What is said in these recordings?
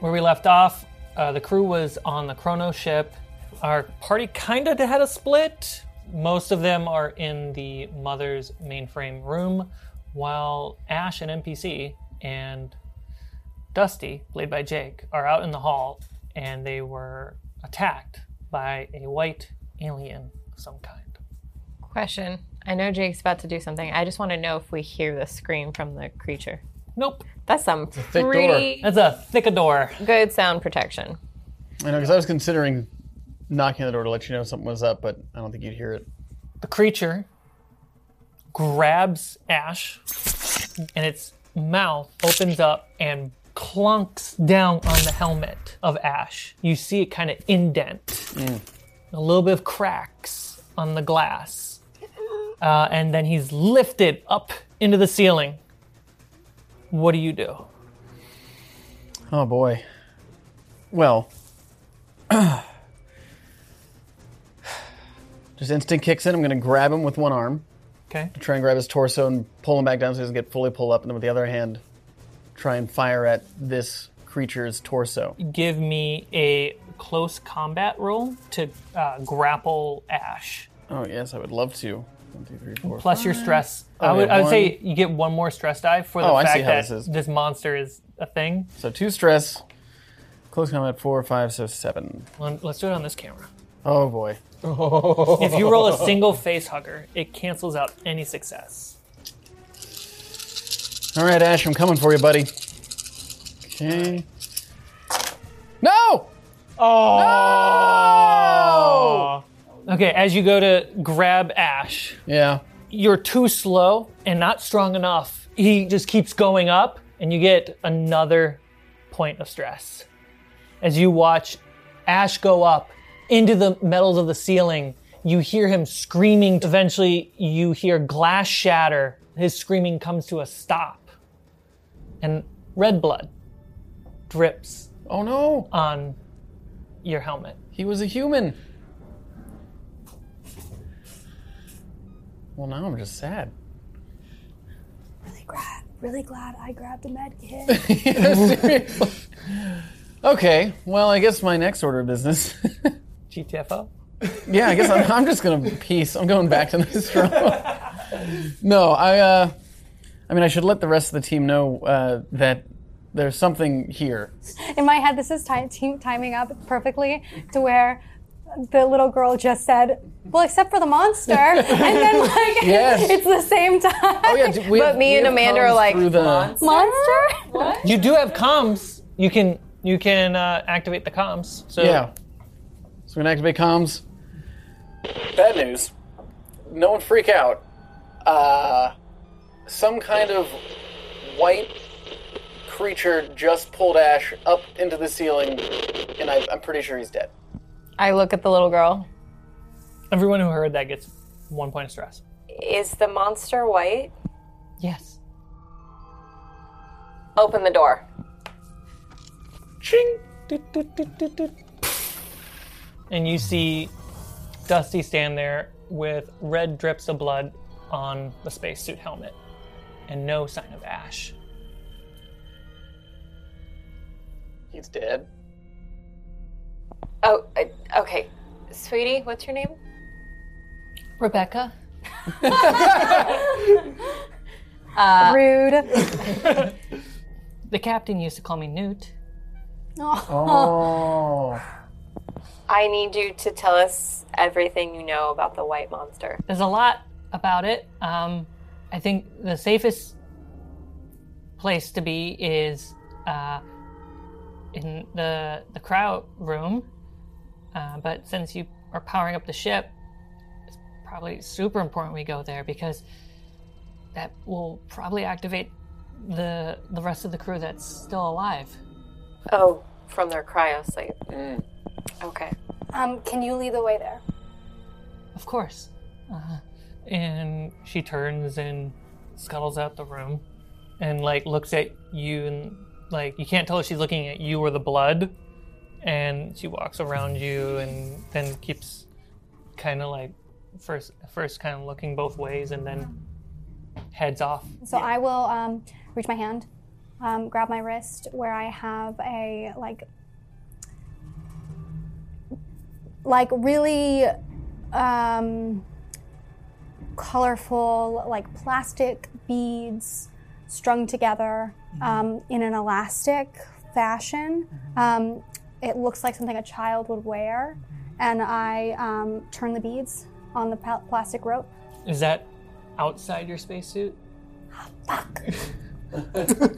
Where we left off, uh, the crew was on the Chrono ship. Our party kind of had a split. Most of them are in the mother's mainframe room, while Ash and NPC and Dusty, played by Jake, are out in the hall, and they were attacked by a white alien of some kind. Question. I know Jake's about to do something. I just want to know if we hear the scream from the creature. Nope, That's some thick pretty that's a thickador. good sound protection. I know, because I was considering knocking on the door to let you know something was up, but I don't think you'd hear it. The creature grabs Ash, and its mouth opens up and clunks down on the helmet of Ash. You see it kind of indent, a little bit of cracks on the glass. Uh, and then he's lifted up into the ceiling. What do you do? Oh boy. Well, just instant kicks in. I'm going to grab him with one arm, Okay. try and grab his torso and pull him back down so he doesn't get fully pulled up, and then with the other hand, try and fire at this creature's torso. Give me a close combat roll to uh, grapple Ash. Oh yes, I would love to. One, two, three, four. plus your stress. I would, I would say you get one more stress dive for the Oh, I see fact how that this is. monster is a thing. So two stress, close combat four, five, so seven. Let- Let's do it on this camera. Oh boy. If you roll a single face hugger, it cancels out any success. All right, Ash, I'm coming for you, buddy. Okay. No! Oh! Okay, as you go to grab Ash, Yeah. you're too slow and not strong enough. He just keeps going up, and you get another point of stress. As you watch Ash go up into the metals of the ceiling, you hear him screaming. Eventually, you hear glass shatter. His screaming comes to a stop, and red blood drips Oh no! on your helmet. He was a human. Well, now I'm just sad. Really glad, really glad I grabbed the med kit. Seriously. okay, well, I guess my next order of business. GTFO? yeah, I guess I'm, I'm just gonna peace. I'm going back to this room. no, I. Uh, I mean, I should let the rest of the team know uh, that there's something here. In my head, this is ti- team timing up perfectly to where the little girl just said, "Well, except for the monster," and then like Yes. it's the same time. Oh yeah, d- we But have- me we and have Amanda are comms like, through the- "Monster?" monster. You do have comms. You can you can uh, activate the comms. So yeah. So we can activate comms. Bad news. No one freak out. Uh, some kind of white creature just pulled Ash up into the ceiling, and I, I'm pretty sure he's dead. I look at the little girl. Everyone who heard that gets one point of stress. Is the monster white? Yes. Open the door. Ching. Doot, doot, doot, doot, doot. And you see Dusty stand there with red drips of blood on the spacesuit helmet and no sign of ash. He's dead. Oh, I- okay. Sweetie, what's your name? Rebecca? Rude. The captain used to call me Newt. Oh. I need you to tell us everything you know about the white monster. There's a lot about it. Um, I think the safest place to be is uh, in the the crowd room. Uh, but since you are powering up the ship, it's probably super important we go there because that will probably activate the the rest of the crew that's still alive. Oh, from their cryo sleep. Okay. Um, can you lead the way there? Of course. Uh, and she turns and scuttles out the room and like looks at you and like you can't tell if she's looking at you or the blood and she walks around you and then keeps kind of like first first kind of looking both ways and then heads off So I will um, reach my hand um, grab my wrist where I have a like, like really um, colorful like plastic beads strung together um, in an elastic fashion. Um, it looks like something a child would wear, and I um, turn the beads on the pl- plastic rope. Is that outside your spacesuit? Fuck.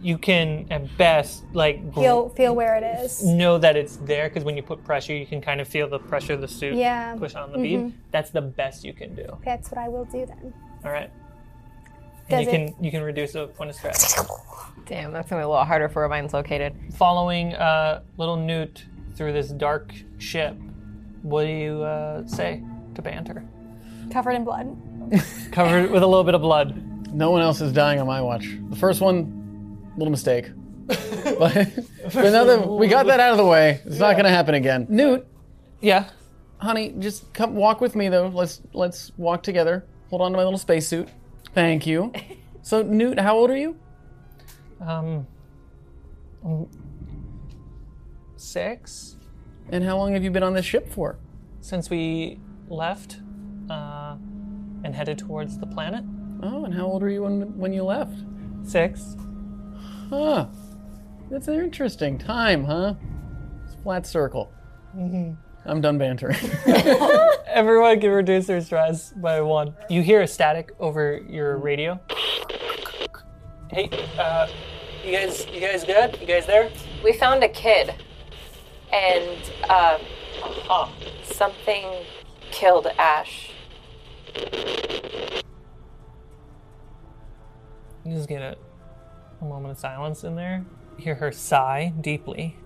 You can, at best, like gl- Feel feel where it is. know that it's there because when you put pressure, you can kind of feel the pressure of the suit Yeah. Mm-hmm. push on the bead. That's the best you can do. That's what I will do then. All right. Does And you it- can you can reduce a point of stress. Damn, that's gonna be a little harder for where mine's located. Following uh, little Newt through this dark ship, what do you uh, say to banter? Covered in blood. Covered with a little bit of blood. No one else is dying on my watch. The first one, little mistake. but but now that we got that out of the way, it's not gonna happen again. Newt, Yeah. honey, just come walk with me though. Let's let's walk together. Hold on to my little spacesuit. Thank you. So Newt, how old are you? Um. um, Six And how long have you been on this ship for? since we left, uh, and headed towards the planet. Oh, and how old were you when when you left? Six. Huh. That's an interesting time, huh? It's a flat circle. I'm done bantering. Everyone can reduce their stress by one. You hear a static over your radio. Hey, uh, you guys, you guys good? You guys there? We found a kid, and uh, Huh. something killed Ash. You just get a, a moment of silence in there. Hear her sigh deeply.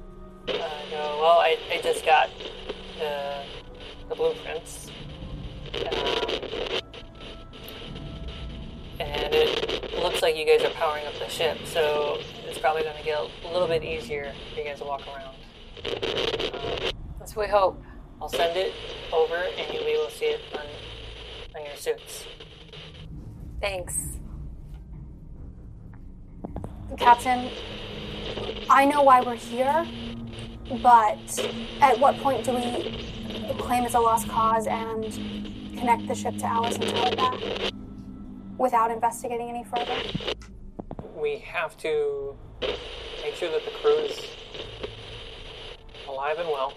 Uh, no, well, I, I just got the, the blueprints. Um, and it looks like you guys are powering up the ship, so it's probably going to get a little bit easier for you guys to walk around. Um, That's what we hope. I'll send it over and you'll be able to see it on, on your suits. Thanks. Captain, I know why we're here, but at what point do we claim it's a lost cause and connect the ship to Alice and tell it that without investigating any further? we have to make sure that the crew is alive and well.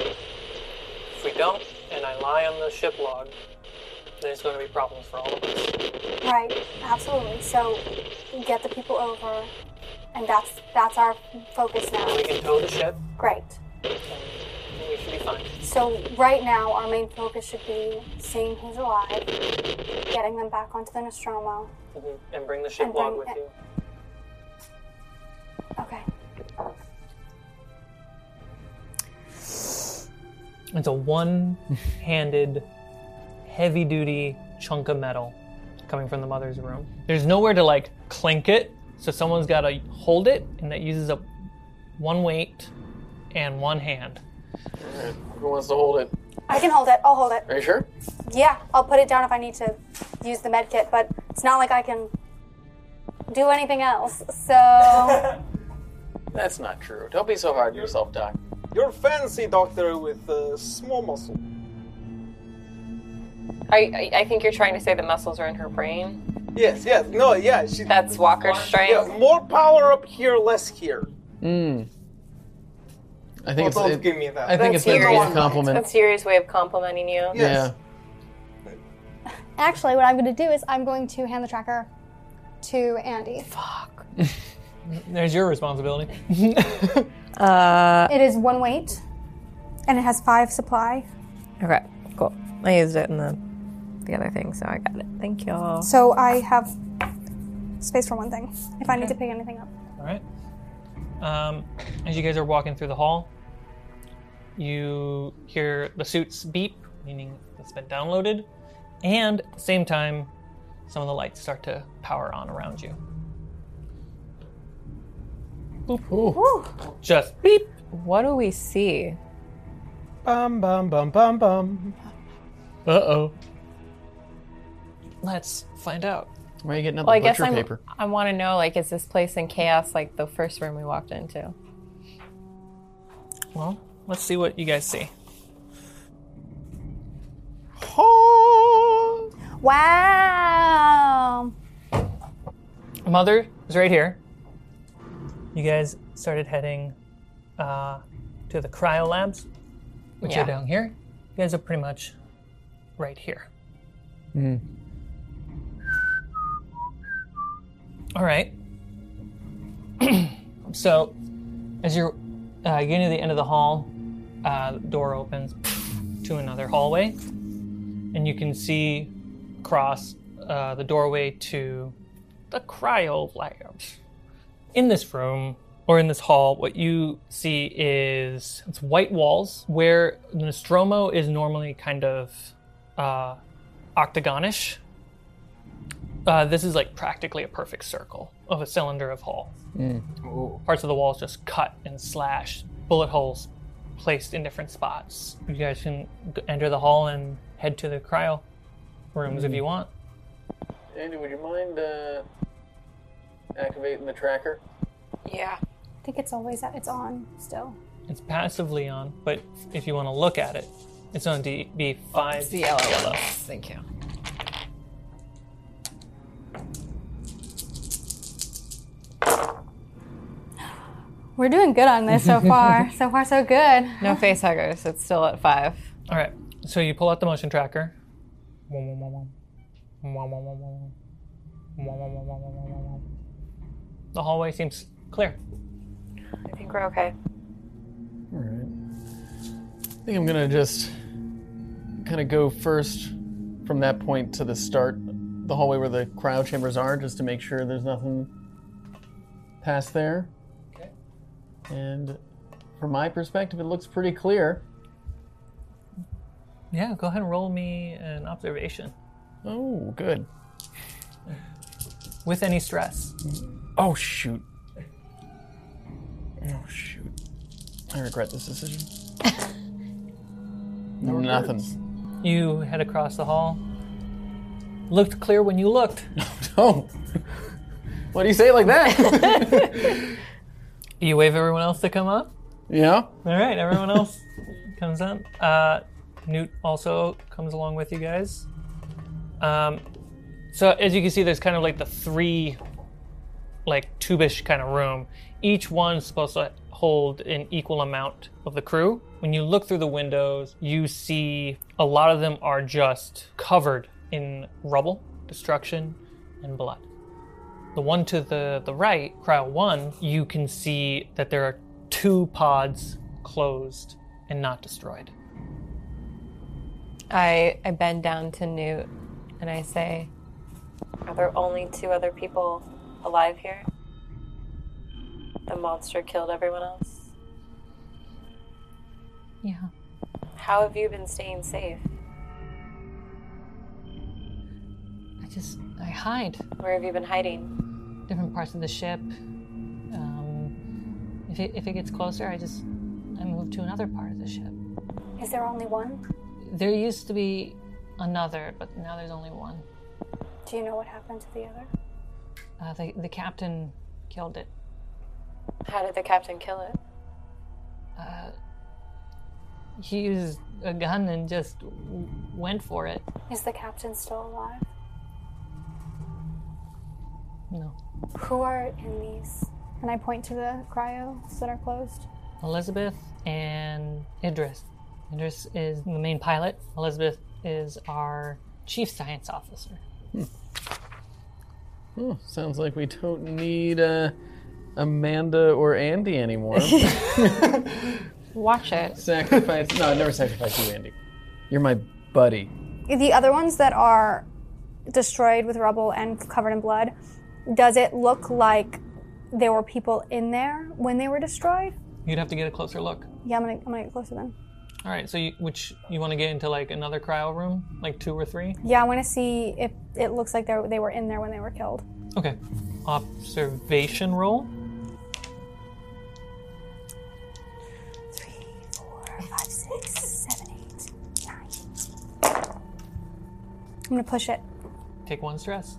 If we don't, and I lie on the ship log, there's going to be problems for all of us. Right, absolutely. So get the people over, and that's that's our focus now. We can tow the ship, Great. and we should be fine. So right now, our main focus should be seeing who's alive, getting them back onto the Nostromo. Mhm. And bring the ship And log bring with it- you. Okay. It's a one-handed, heavy-duty chunk of metal coming from the mother's room. There's nowhere to like clink it, so someone's got to hold it, and that uses up one weight and one hand. Who wants to hold it? I can hold it. I'll hold it. Are you sure? Yeah, I'll put it down if I need to use the med kit, but it's not like I can do anything else. So That's not true. Don't be so hard on yourself, Doc. You're fancy doctor with uh, small muscle. I, I I think you're trying to say the muscles are in her brain. Yes, yes, no, yeah. She, That's Walker's yeah, strength. more power up here, less here. Mm. I Oh, think don't it's. give It, me that. I think That's it's meant to be yours. a compliment. That's Yuri's way of complimenting you. yes. actually, what I'm going to do is I'm going to hand the tracker to Andy. There's your responsibility. It is one weight, and it has five supply. Okay, cool. I used it in the the other thing, so I got it. Thank y'all. So I have space for one thing if I need to pick anything up. All right. Um, as you guys are walking through the hall, you hear the suits beep, meaning it's been downloaded, and at the same time, some of the lights start to power on around you. Yeah. Ooh. Just beep. What do we see? Bum bum bum bum bum. Uh oh. Let's find out. Why are you getting up Well, I the guess butcher I'm, paper? I want to know like, is this place in chaos like the first room we walked into? Well, let's see what you guys see. Wow. Mother is right here. You guys started heading uh, to the cryo labs, which Yeah. are down here. You guys are pretty much right here. All right. so, as you're uh, getting to the end of the hall, uh, the door opens to another hallway, and you can see across uh, the doorway to the cryo labs. In this room or in this hall, what you see is it's white walls where Nostromo is normally kind of uh, octagonish. Uh, this is like practically a perfect circle of a cylinder of hall. Parts of the walls just cut and slashed, bullet holes placed in different spots. You guys can g- enter the hall and head to the cryo rooms if you want. Andy, would you mind uh, activating the tracker? Yeah. I think it's always it's on still. It's passively on, but if you want to look at it, it's on DB5. It's the yellow one. Thank you. We're doing good on this so far. so far, so good. No face huggers. It's still at five. All right, so you pull out the motion tracker. Wom, wom, wom, wom. Wom, wom, wom, wom, wom. Wom, wom, wom, wom, wom, wom, wom. The hallway seems clear. I think we're okay. All right. I think I'm gonna just kind of go first from that point to the start, the hallway where the cryo chambers are, just to make sure there's nothing past there. Okay. And from my perspective, it looks pretty clear. Yeah, go ahead and roll me an observation Oh, good. with any stress. Oh shoot. Oh shoot. I regret this decision. Nothing. You head across the hall. Looked clear when you looked. Oh. What do you say like that? You wave everyone else to come up. yeah. All right, everyone else comes on. Uh, Newt also comes along with you guys. Um, so as you can see, there's kind of like the three, like tube-ish kind of room. Each one's supposed to hold an equal amount of the crew. When you look through the windows, you see a lot of them are just covered in rubble, destruction, and blood. The one to the, the right, cryo one, you can see that there are two pods closed and not destroyed. I, I bend down to Newt and I say, Are there only two other people alive here? The monster killed everyone else? Yeah. How have you been staying safe? I just I hide Where have you been hiding? different parts of the ship. Um, if it if it gets closer, I just I move to another part of the ship. Is there only one? There used to be another, but now there's only one. Do you know what happened to the other? Uh, the the captain killed it. How did the captain kill it? Uh, he used a gun and just w- went for it. Is the captain still alive? No, Who are in these? And I point to the cryos that are closed. Elizabeth and Idris. Idris is the main pilot. Elizabeth is our chief science officer. Hmm, sounds like we don't need uh, Amanda or Andy anymore. Watch it. sacrifice. No, I never sacrifice you, Andy. You're my buddy. The other ones that are destroyed with rubble and covered in blood, does it look like there were people in there when they were destroyed? You'd have to get a closer look. Yeah, I'm gonna, I'm gonna get closer then. All right, so you, which you want to get into like another cryo room, like two or three? Yeah, I want to see if it looks like they're- they were in there when they were killed. Okay. Observation roll. Three, four, five, six, seven, eight, nine. I'm gonna push it. Take one stress.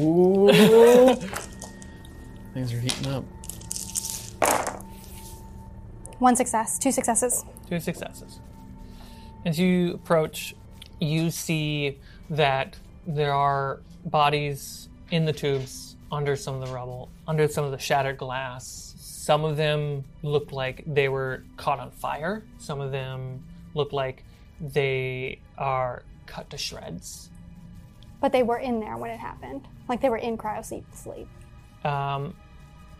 Ooh. Things are heating up. One success, two successes. Two successes. As you approach, you see that there are bodies in the tubes under some of the rubble, under some of the shattered glass. Some of them looked like they were caught on fire. Some of them look like they are cut to shreds. But they were in there when it happened. Like they were in cryo sleep. sleep. Um,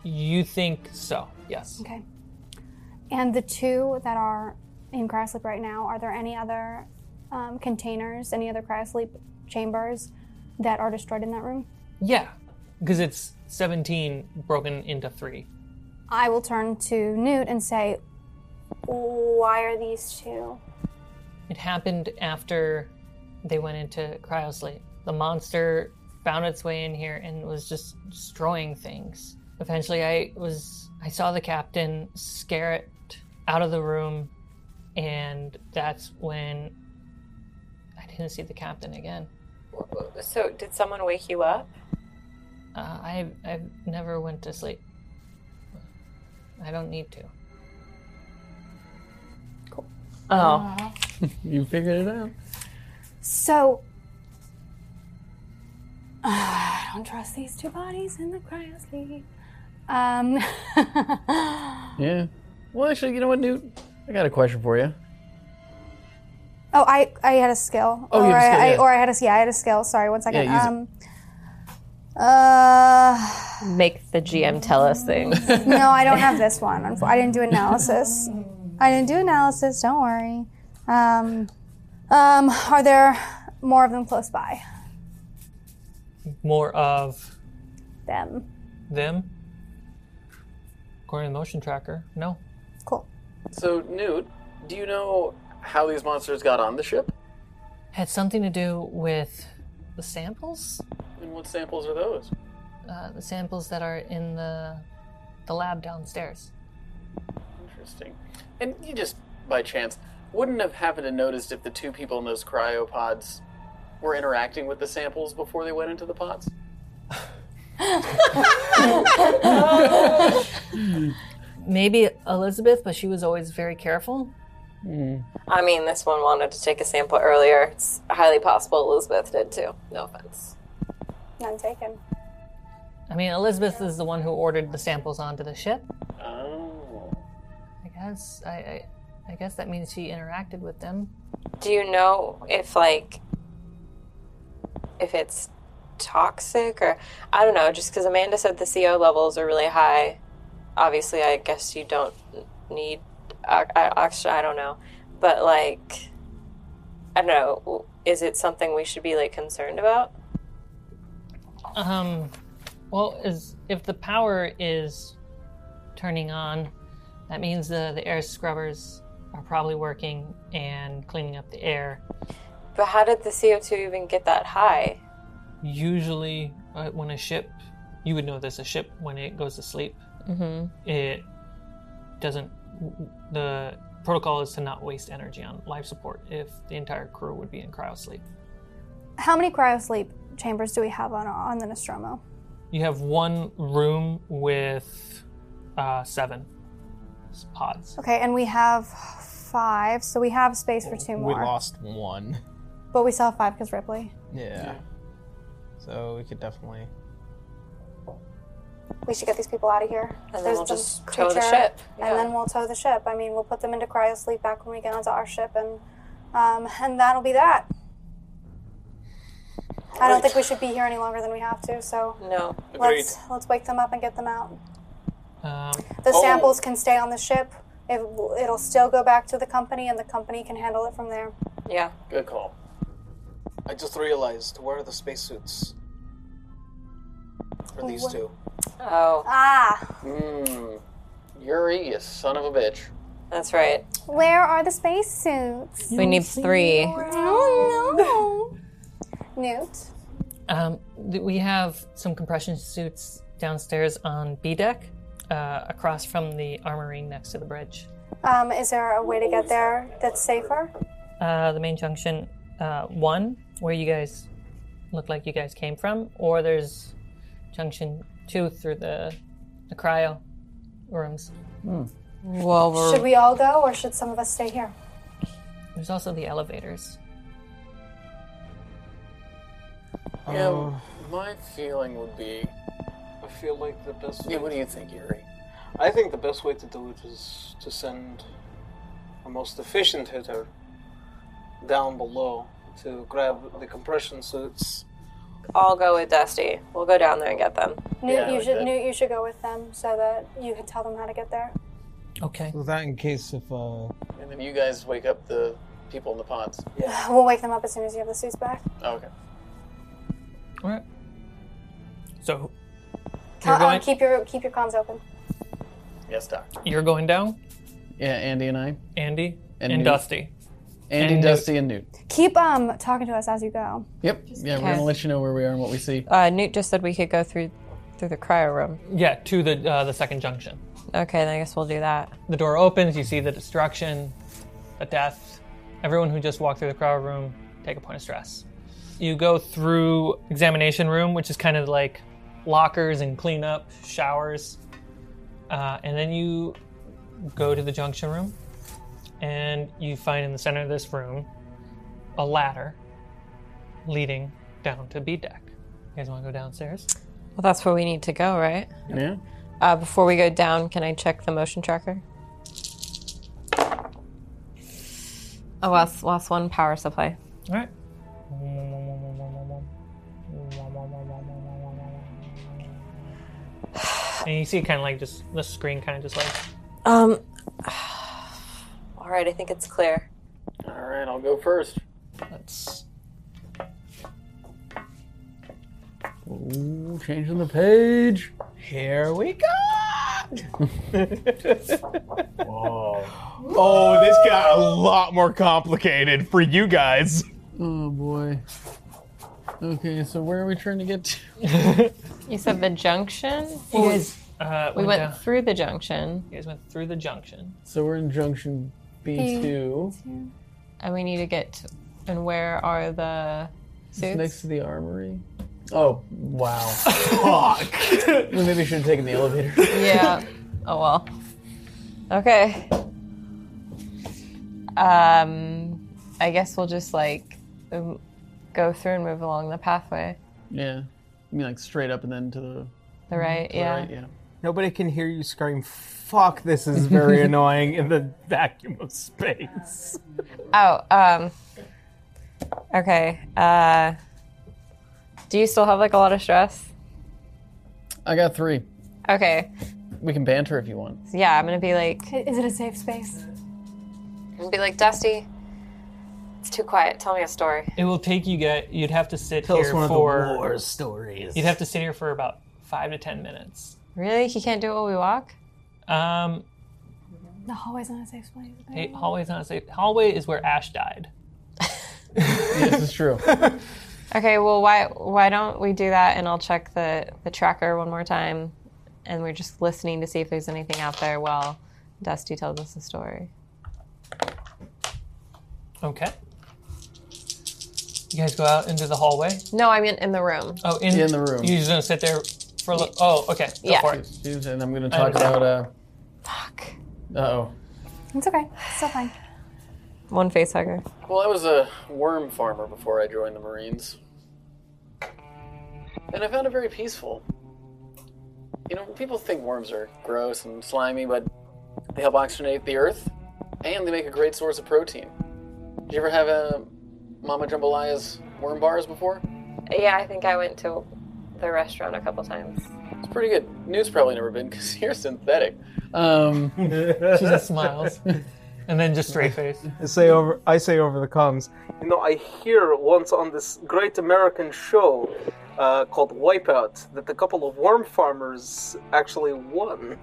you think so, yes. Okay. And the two that are in cryosleep right now, are there any other um, containers, any other cryosleep chambers that are destroyed in that room? Yeah, because it's 17 broken into three. I will turn to Newt and say, Why are these two? It happened after they went into cryosleep. The monster found its way in here and was just destroying things. Eventually, I was I saw the captain scare it out of the room, and that's when I didn't see the captain again. So, did someone wake you up? Uh, I I never went to sleep. I don't need to. Oh. You figured it out. So. I don't trust these two bodies in the cryosleep. Um. Yeah. Well, actually, you know what, Newt? I got a question for you. Oh, I, I had a skill. Oh, or you had a skill, I, I- yeah. or I had a yeah, I had a skill. Sorry, one second. Yeah, use it. um, uh, Make the GM tell us things. no, I don't have this one. Unfo- I didn't do analysis. I didn't do analysis. Don't worry. Um, um, are there more of them close by? More of Them. them, according to the motion tracker, no. Cool. So, Newt, do you know how these monsters got on the ship? Had something to do with the samples, And what samples are those? uh, the samples that are in the the lab downstairs. Interesting. And you just, by chance, wouldn't have happened to notice if the two people in those cryopods were interacting with the samples before they went into the pods? Maybe Elizabeth, but she was always very careful. I mean, this one wanted to take a sample earlier. It's highly possible Elizabeth did too. No offense. None taken. I mean, Elizabeth is the one who ordered the samples onto the ship. Oh. I guess I, I, I guess that means she interacted with them. Do you know if like if it's toxic or I don't know? Just because Amanda said the CO levels are really high, obviously I guess you don't need o- o- oxygen. I don't know, but like I don't know. Is it something we should be like concerned about? Um, well, is if the power is turning on, that means the the air scrubbers are probably working and cleaning up the air. But how did the CO two even get that high? usually uh, when a ship you would know this a ship when it goes to sleep Mm-hmm. it doesn't the protocol is to not waste energy on life support if the entire crew would be in cryo sleep How many cryosleep chambers do we have on on the Nostromo? you have one room with uh, seven s- pods Okay, and we have five, so we have space for two We more. lost one. But we still have five because Ripley. Yeah. So we could definitely. We should get these people out of here. And then There's we'll the just tow the creature, ship. and then we'll tow the ship. I mean, we'll put them into cryosleep back when we get onto our ship, and um, and that'll be that. I don't think we should be here any longer than we have to. So No. let's let's wake them up and get them out. um, The samples can stay on the ship. It, will- it'll still go back to the company, and the company can handle it from there. Yeah. Good call. I just realized where are the spacesuits for these two? Oh, Ah, Mmm. Yuri, you son of a bitch. that's right. where are the spacesuits? We need three. Oh no, Newt. Um, th- we have some compression suits downstairs on B deck, uh, across from the armory next to the bridge. Um, is there a way to get there that's safer? Uh, the main junction, uh, one, where you guys looked like you guys came from, or there's junction two through the the cryo rooms. Hmm. Well, we're, Should we all go, or should some of us stay here? There's also the elevators. Yeah, Um, my feeling would be. I feel like the best. Yeah, what do you think, Yuri? I think the best way to do it is to send a most efficient hitter down below to grab the compression suits. I'll go with Dusty. We'll go down there and get them. Newt, Yeah, I you like should that. Newt, you should go with them so that you can tell them how to get there. Okay. so that in case if uh, And then you guys wake up the people in the pods. We'll wake them up as soon as you have the suits back. Oh, okay. All right. So Uh-uh, going- keep your keep your comms open. Yes, Doc. you're going down, Yeah, Andy and I. Andy And and, Newt. Dusty. Andy, And Dusty, and uh, Newt. Keep um talking to us as you go. Yep. Yeah, we're Okay. gonna let you know where we are and what we see. uh, Newt just said we could go through through the cryo room. Yeah, to the uh, the second junction. Okay, then I guess we'll do that. The door opens. You see the destruction, the death. Everyone who just walked through the crowd room take a point of stress. You go through examination room, which is kind of like lockers and cleanup, showers, uh, and then you go to the junction room, and you find in the center of this room a ladder leading down to B deck. You guys want to go downstairs? Well, that's where we need to go, right? Yeah. Uh, before we go down, can I check the motion tracker? Oh, lost, lost one power supply. All right. And you see, kind of like just the screen, kind of just like Um, All right, I think it's clear. All right, I'll go first. that's Ooh, changing the page. here we go. Whoa. Oh, this got a lot more complicated for you guys. Oh boy. Okay, so where are we trying to get to? Oh, you said the junction. you guys. Uh, We went down- through the junction, you guys went through the junction. So we're in junction B2. and we need to get. To, and where are the It's suits? next to the armory. Oh, wow. Fuck. we maybe should have taken the elevator. Yeah. Oh well. Okay. Um, I guess we'll just like um, go through and move along the pathway. Yeah. I mean, like straight up and then to Mm-hmm. The the right, yeah. right, yeah. Nobody can hear you scream. Fuck! This is very annoying in the vacuum of space. Oh, um, okay. Uh, do you still have like a lot of stress? I got three. Okay. We can banter if you want. Yeah, I'm gonna be like, I- Is it a safe space? Just be like, Dusty, it's too quiet. Tell me a story. It will take you guys. You'd have to sit Tell here us one for. of the war stories. You'd have to sit here for about five to ten minutes. really? He can't do it while we walk? Um, The hallway's not a safe space. hey, hallway's not safe. Hallway is where Ash died. This is true. Okay. Well, why why don't we do that? And I'll check the the tracker one more time, and we're just listening to see if there's anything out there while Dusty tells us the story. Okay. You guys go out into the hallway. No, I mean in the room. Oh, in, In the room. You're just gonna sit there for a little. Oh, okay. Go Yeah. for it. and I'm going to talk about, uh Fuck. oh. It's okay. It's still fine. One face hugger. Well, I was a worm farmer before I joined the Marines. And I found it very peaceful. You know, people think worms are gross and slimy, but they help oxygenate the earth, and they make a great source of protein. Did you ever have a Mama Jambalaya's worm bars before? Yeah, I think I went to the restaurant a couple times. It's pretty good. Newt's probably never been because you're synthetic. Um, She just smiles, and then just straight face. I say over. I say over the comms. You know, I hear once on this great American show uh, called Wipeout that a couple of worm farmers actually won.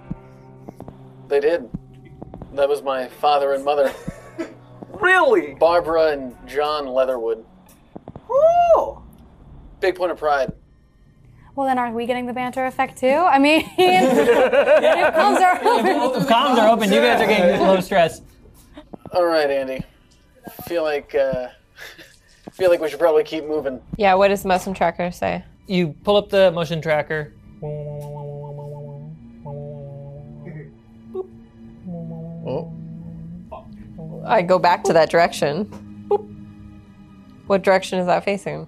they did. That was my father and mother, Really? Barbara and John Leatherwood. Oh! Big point of pride. Well, then, aren't we getting the banter effect too? I mean, if comms are open. Comms are open. You guys are getting low stress. All right, Andy. I feel like uh, feel like we should probably keep moving. Yeah, what does Muslim Tracker say? You pull up the motion tracker. Oh, I go back to that direction. What direction is that facing?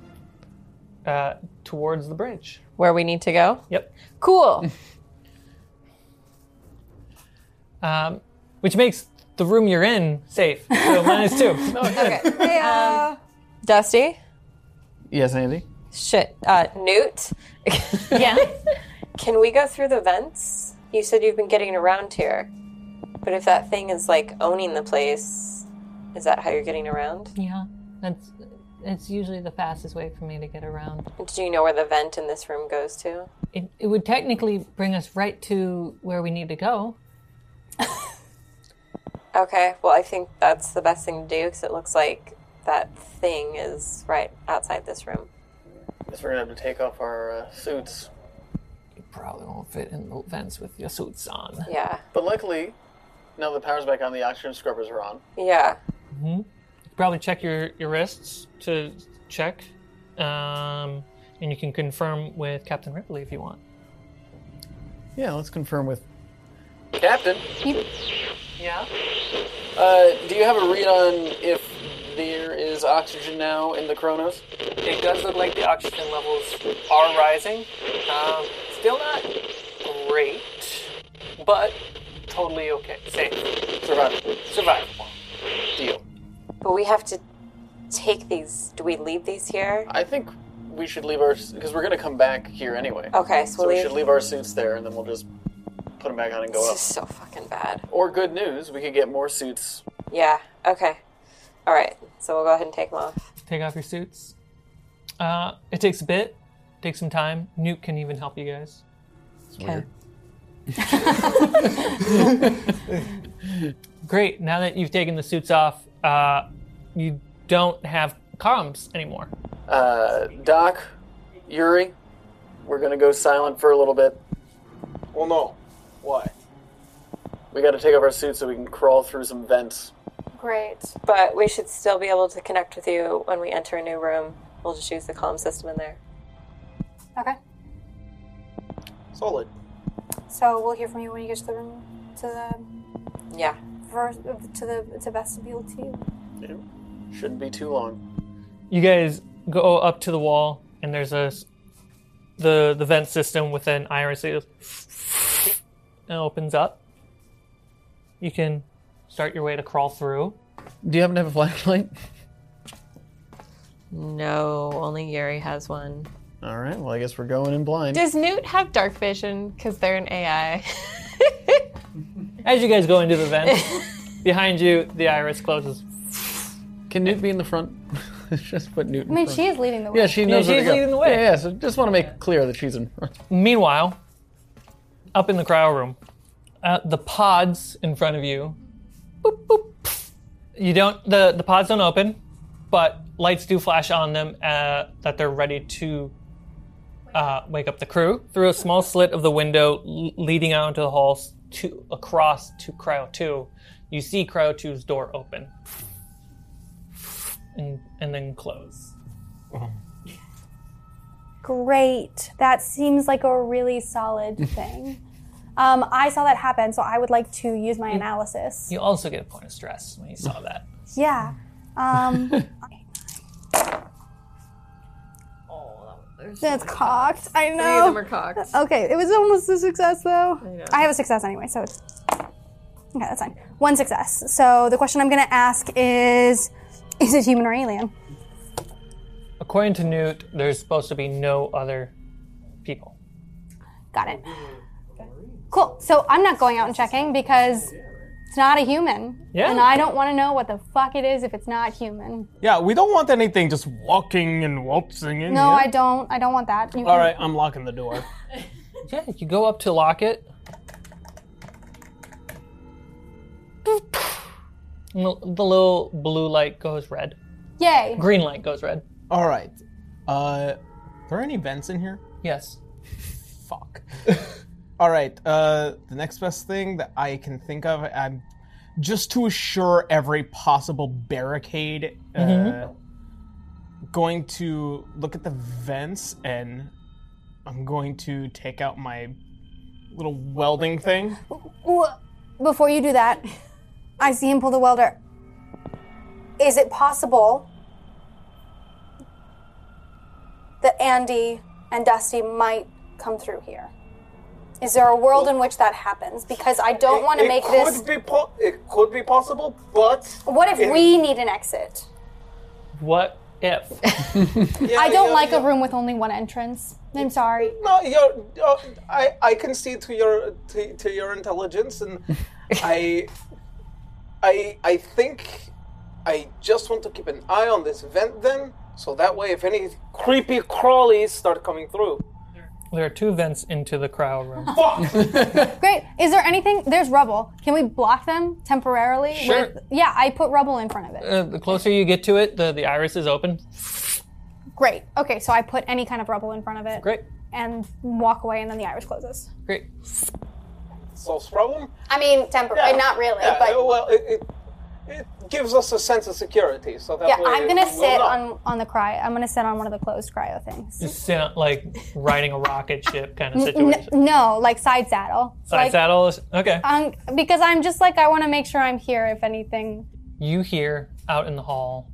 Uh, towards the bridge. Where we need to go? Yep. Cool. Um, which makes the room you're in safe. So minus two. okay. Um, Dusty? Yes, Andy. Shit. Uh, Newt, Yeah. can we go through the vents? You said you've been getting around here. But if that thing is like owning the place, is that how you're getting around? yeah. That's it's usually the fastest way for me to get around. Do you know where the vent in this room goes to? It, it would technically bring us right to where we need to go. Okay, well, I think that's the best thing to do because it looks like that thing is right outside this room. Guess we're gonna have to take off our uh, suits. You probably won't fit in the vents with your suits on. Yeah, But luckily, now the power's back on, the oxygen scrubbers are on. yeah. probably check your, your wrists to check. Um, and you can confirm with Captain Ripley if you want. Yeah, let's confirm with. Captain, Yeah. uh, do you have a read on if there is oxygen now in the Kronos? It does look like the oxygen levels are rising. Um, still not great, but totally okay. Safe. Survival. Survivable. Deal. But we have to take these. Do we leave these here? I think we should leave our because we're gonna come back here anyway. Okay, so, So we we should leave our suits there, and then we'll just put them back on and go This up. is so fucking bad. Or good news, we could get more suits. Yeah, okay. All right, so we'll go ahead and take them off. Take off your suits. Uh, it takes a bit, takes some time. Newt can even help you guys. okay. Great. Now that you've taken the suits off, uh, you don't have comms anymore. Uh, Doc, Yuri, we're gonna go silent for a little bit. Well, no. Why? We got to take off our suits so we can crawl through some vents. Great. But we should still be able to connect with you when we enter a new room. We'll just use the comm system in there. Okay. Solid. So we'll hear from you when you get to the room, to the Yeah. ver- to the to vestibule too. Shouldn't be too long. You guys go up to the wall, and there's a s- the the vent system with an iris that goes and opens up. You can start your way to crawl through. Do you happen to have a flashlight? No, only Yuri has one. All right. Well, I guess we're going in blind. Does Newt have dark vision? Because they're an AI. As you guys go into the vent, behind you the iris closes. Can Newt be in the front? just put Newt. In I mean, front. she is leading the way. Yeah, she knows where she's to go. leading the way. Yeah, yeah, so just want to make clear that she's in front. Meanwhile, up in the cryo room, uh, the pods in front of you. Boop, boop, pff. you don't the the pods don't open, but lights do flash on them uh, that they're ready to uh, wake up the crew through a small slit of the window l- leading out into the halls to across to cryo two. You see cryo 2's door open and and then close. Great. That seems like a really solid thing. Um, I saw that happen, so I would like to use my analysis. You also get a point of stress when you saw that. Yeah. Um, that's cocked. I know. cocked. Okay, it was almost a success though. I, have a success anyway, so it's okay. That's fine. One success. So the question I'm going to ask is: Is it human or alien? According to Newt, there's supposed to be no other people. Got it. Cool. So I'm not going out and checking because it's not a human. Yeah. And I don't want to know what the fuck it is if it's not human. Yeah, we don't want anything just walking and waltzing in. No, I don't. I don't want that. You All can- right, I'm locking the door. Yeah, you go up to lock it. And the, the little blue light goes red. Yay. Green light goes red. All right. Uh, there any vents in here? Yes. Fuck. All right. Uh, the next best thing that I can think of, I'm just to assure every possible barricade uh, going to look at the vents and I'm going to take out my little welding thing. Ooh, Before you do that, I see him pull the welder. Is it possible that Andy and Dusty might come through here? Is there a world in which that happens? Because I don't want to it make could this. Be po- it could be possible, but What if we need an exit? What if? I don't yeah, like yeah. a room with only one entrance. I'm sorry. No, you're, you're, I, I can see to your to, to your intelligence, and I, I, I think I just want to keep an eye on this vent then, so that way if any creepy crawlies start coming through, There are two vents into the cryo room. Great. Is there anything? There's rubble. Can we block them temporarily? Sure. With, yeah, I put rubble in front of it. Uh, the closer you get to it, the, the iris is open. Great. Okay, so I put any kind of rubble in front of it. Great, And walk away, and then the iris closes. great. solves problem. I mean, temporary. Not really, Yeah, Uh, but well, it, it, it gives us a sense of security, so that yeah, way I'm gonna we'll sit know. on on the cryo. I'm gonna sit on one of the closed cryo things. Just sound like riding a rocket ship kind of N- situation. no, like side saddle. Side like, saddle is okay. Um, because I'm just like I want to make sure I'm here. If anything, you hear out in the hall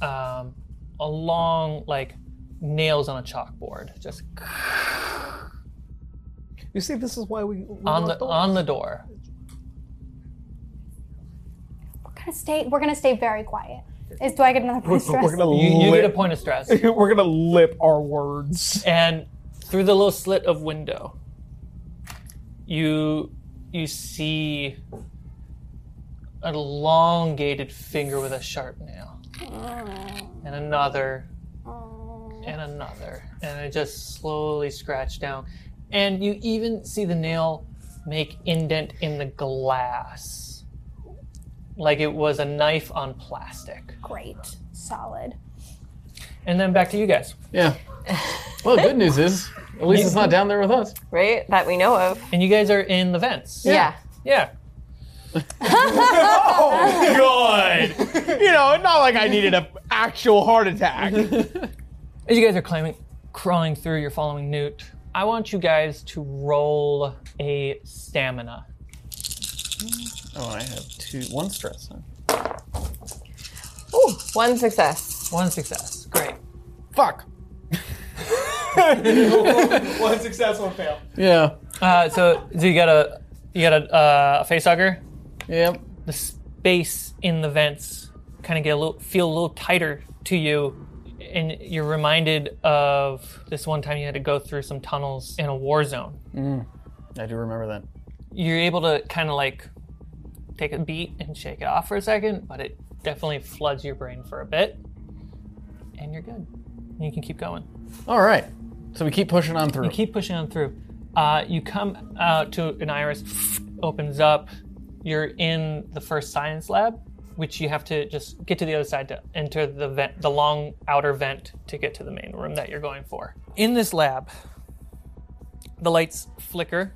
um, a long like nails on a chalkboard just You see, this is why we. we on the lock doors. on the door we're gonna stay. We're gonna stay very quiet. Is do I get another point of We're stress? gonna you, you lip. get a point of stress We're gonna lip our words. and through the little slit of window you you see an elongated finger with a sharp nail and another and another and it just slowly scratched down and you even see the nail make indent in the glass like it was a knife on plastic Great, solid. and then back to you guys Yeah. Well, the good news is, at least it's not down there with us. right? That we know of. and you guys are in the vents Yeah. yeah God! you know, not like I needed an actual heart attack. As you guys are climbing, crawling through, you're following Newt. I want you guys to roll a stamina. Oh, I have two, one stress. Huh? One success. One success. Great. Fuck. One success, one fail. Yeah. Uh, so, so you got a you got a, uh, a face hugger. Yep. The space in the vents kind of get a little feel a little tighter to you, and you're reminded of this one time you had to go through some tunnels in a war zone. I do remember that. You're able to kind of like take a beat and shake it off for a second, but it definitely floods your brain for a bit, and you're good. And you can keep going. All right. So we keep pushing on through. You keep pushing on through. Uh, you come out to an iris, opens up. You're in the first science lab, which you have to just get to the other side to enter the vent, the long outer vent to get to the main room that you're going for. In this lab, the lights flicker.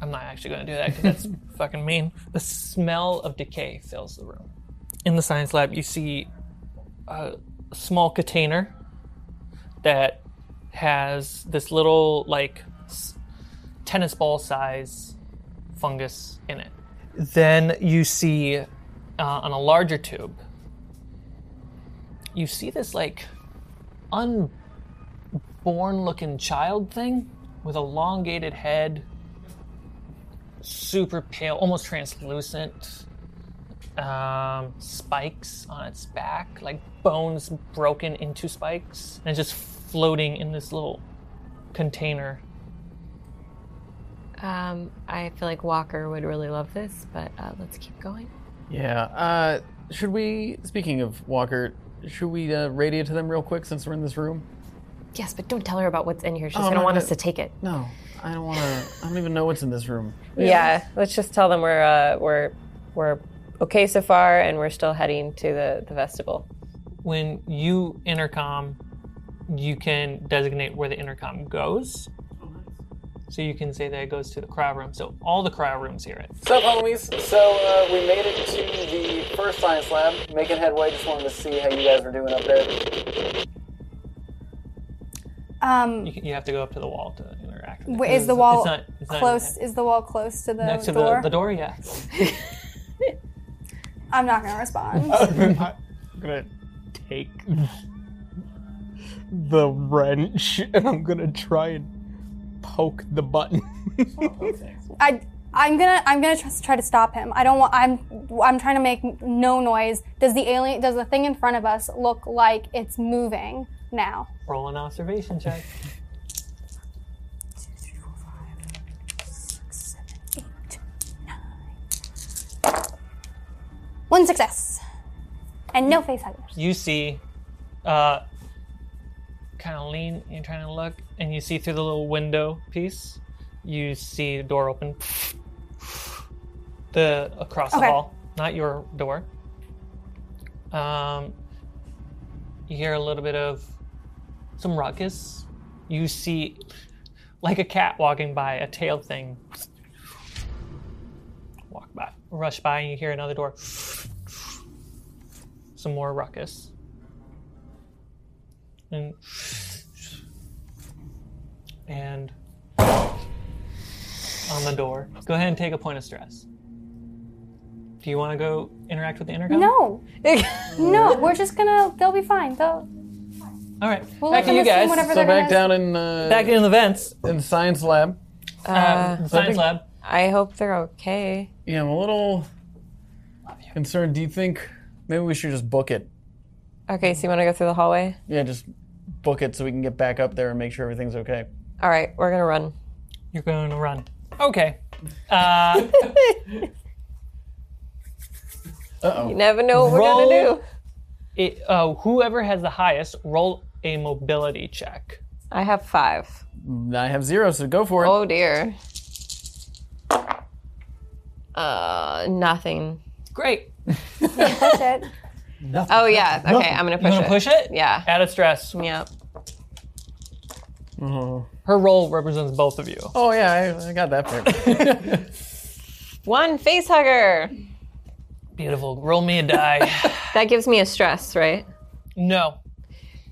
I'm not actually going to do that because that's fucking mean. The smell of decay fills the room. In the science lab, you see a small container that has this little like s- tennis ball size fungus in it. Then you see uh, on a larger tube, you see this like unborn looking child thing with elongated head, super pale, almost translucent. Um, spikes on its back, like bones broken into spikes, and just floating in this little container. Um, I feel like Walker would really love this, but uh, let's keep going. Yeah. Uh, should we, speaking of Walker, should we uh, radio to them real quick since we're in this room? Yes, but don't tell her about what's in here. She's Oh, gonna no, want no. us to take it. No. I don't want to, I don't even know what's in this room. Yeah, let's just tell them we're uh, we're we're okay so far, and we're still heading to the the vestibule. When you intercom, you can designate where the intercom goes. So you can say that it goes to the cryo room. So all the cryo rooms hear it. What's up, homies? So uh, we made it to the First science lab, making headway. Just wanted to see how you guys were doing up there. Um, You, can- you have to go up to the wall to interact. With wh- it. Um, is the It's- wall it's not- it's not close? Is the wall close to the next to door? the, the door? Yeah. I'm not gonna respond. I'm gonna take the wrench and I'm gonna try and poke the button. I I'm gonna I'm gonna tr- try to stop him. I don't want I'm I'm trying to make no noise. Does the alien does the thing in front of us look like it's moving now? Roll an observation check. One success. And no face huggers. you see uh kind of lean you're trying to look and you see through the little window piece you see the door open the across the Okay. hall not your door um you hear a little bit of some ruckus you see like a cat walking by a tail thing walk by rush by and you hear another door some more ruckus. And and on the door. Go ahead and take a point of stress. Do you want to go interact with the intercom? No, no, we're just gonna. They'll be fine. They'll. All right. We'll back let to you them guys. assume whatever So they're back gonna. down in uh, Back in the vents. in science lab. um, Uh, science lab. I hope they're okay. Yeah, I'm a little concerned. Do you think maybe we should just book it? Okay, so you want to go through the hallway? Yeah, just book it so we can get back up there and make sure everything's okay. All right, we're gonna run. You're going to run. Okay. Uh, You never know what we're gonna Roll. do. it, uh, whoever has the highest, roll a mobility check. I have five. I have zero, so go for it. Oh dear. Uh, nothing. Great. Push it. Oh yeah. Okay, I'm gonna You push want to it. push it? Yeah. Add a stress. Yeah. Her roll represents both of you. Mm-hmm. Oh yeah, I, I got that part. One face hugger. Beautiful. Roll me a die. That gives me a stress, right? no,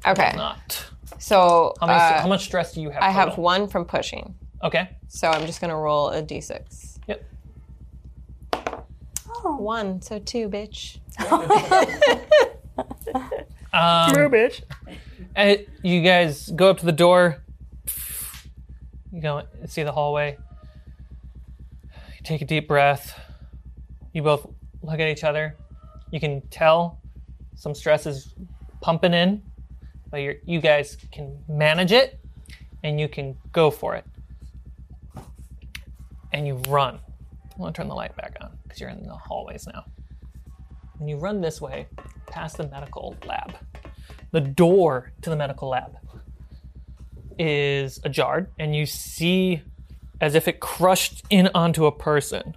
Okay. not. So How, many, uh, how much stress do you have? I have total? one from pushing. Okay. So I'm just gonna roll a d6. Yep. Oh, One, so two, bitch. Um, bitch. uh, you guys go up to the door. You go see the hallway. You take a deep breath. You both look at each other. You can tell some stress is pumping in, but you're, you guys can manage it and you can go for it. And you run. I'm gonna turn the light back on because you're in the hallways now. And you run this way past the medical lab. The door to the medical lab is ajar, and you see as if it crushed in onto a person.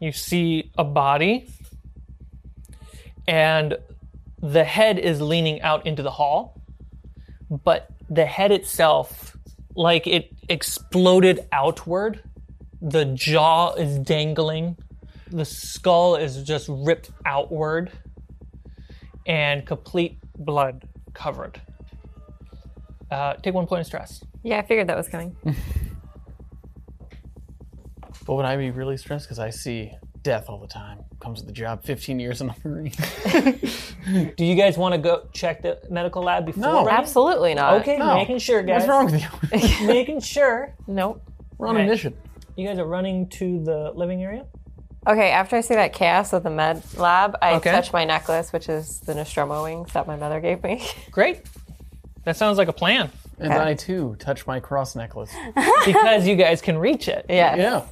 You see a body, and the head is leaning out into the hall, but the head itself, like it exploded outward, the jaw is dangling, the skull is just ripped outward, and complete blood covered. Uh, take one point of stress. Yeah, I figured that was coming. but would I be really stressed? Because I see death all the time. Comes with the job. 15 years in the Marine. Do you guys want to go check the medical lab before? No. running? Absolutely not. Okay, No. making sure, guys. What's wrong with you? Making sure. Nope. We're on a Okay. mission. You guys are running to the living area. Okay, after I see that chaos at the med lab, I Okay. touch my necklace, which is the Nostromo wings that my mother gave me. Great. That sounds like a plan And I too touch my cross necklace. because you guys can reach it. yeah. Yeah,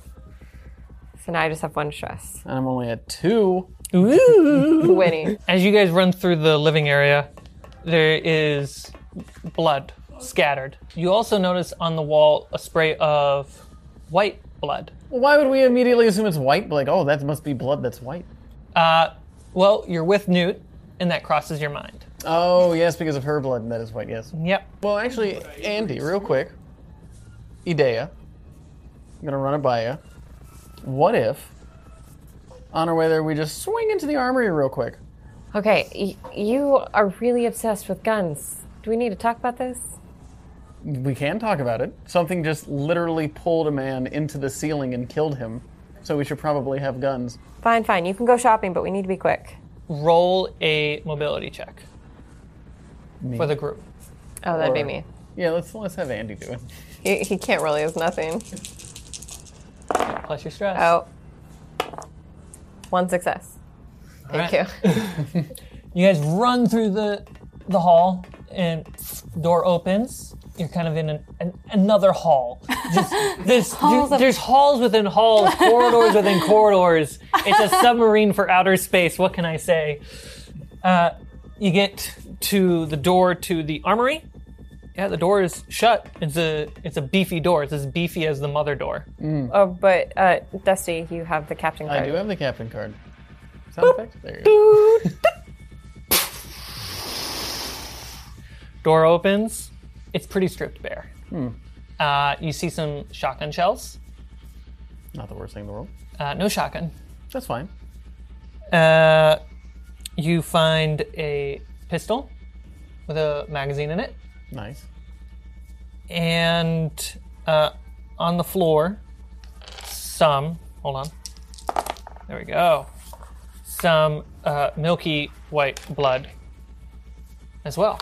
So now I just have one stress. and I'm only at two. Ooh. Winnie. As you guys run through the living area, there is blood scattered. You also notice on the wall a spray of white blood. Well, why would we immediately assume it's white? Like, oh, that must be blood that's white. Uh, well, you're with Newt, and that crosses your mind. Oh, yes, because of her blood, that is white. Yes. Yep. Well, actually, Andy, real quick, Idea, I'm gonna run it by you. What if On our way there, we just swing into the armory real quick. Okay, y- you are really obsessed with guns. Do we need to talk about this? We can talk about it. Something just literally pulled a man into the ceiling and killed him. So we should probably have guns. Fine, fine. You can go shopping, but we need to be quick. Roll a mobility check for the group. Oh, that'd be Or- me. Yeah, let's let's have Andy do it. He, he can't really. He has nothing. Plus your stress. Oh. One success. Thank Alright. you. You guys run through the the hall and door opens. You're kind of in an, an, another hall. Just this Halls of- there's halls within halls, corridors within corridors. It's a submarine for outer space. What can I say? Uh, you get to the door to the armory. Yeah, the door is shut. It's a it's a beefy door. It's as beefy as the mother door. Oh, but uh, Dusty, you have the captain card. I do have the captain card. Sound effect? There you go. Door opens. It's pretty stripped bare. Uh, you see some shotgun shells. Not the worst thing in the world. Uh, no shotgun. That's fine. Uh, you find a pistol with a magazine in it, Nice. and uh, on the floor, some. Hold on. There we go. Some uh, milky white blood as well.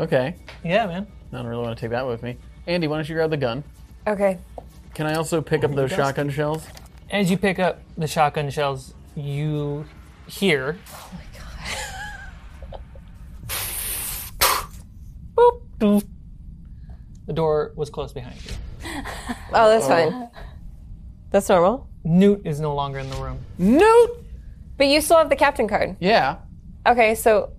Okay. Yeah, man. I don't really want to take that with me. Andy, why don't you grab the gun? Okay. Can I also pick up those shotgun shells? As you pick up the shotgun shells, you hear. Oh my god. Boop. doof. The door was closed behind you. Oh, that's fine. That's normal. Newt is no longer in the room. Nope. But you still have the captain card. Yeah. Okay, so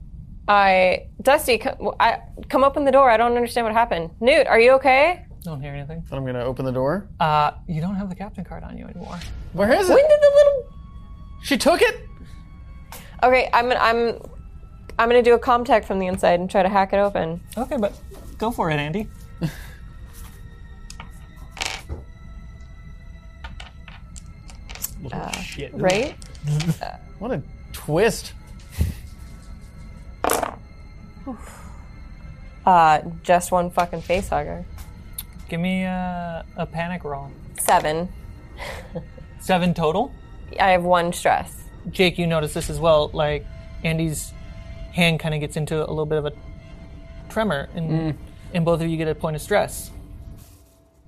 I Dusty, come, I come open the door. I don't understand what happened. Newt, are you okay? Don't hear anything. I'm gonna open the door. Uh, you don't have the captain card on you anymore. Where is it? When did the little? She took it. Okay, I'm I'm I'm gonna do a comtech from the inside and try to hack it open. Okay, but go for it, Andy. Uh. Little shit. Right? What a twist. Uh, just one fucking face hugger. Give me uh, a panic roll. Seven. Seven total. I have one stress. Jake, you notice this as well. Like Andy's hand kind of gets into a little bit of a tremor, and and both of you get a point of stress.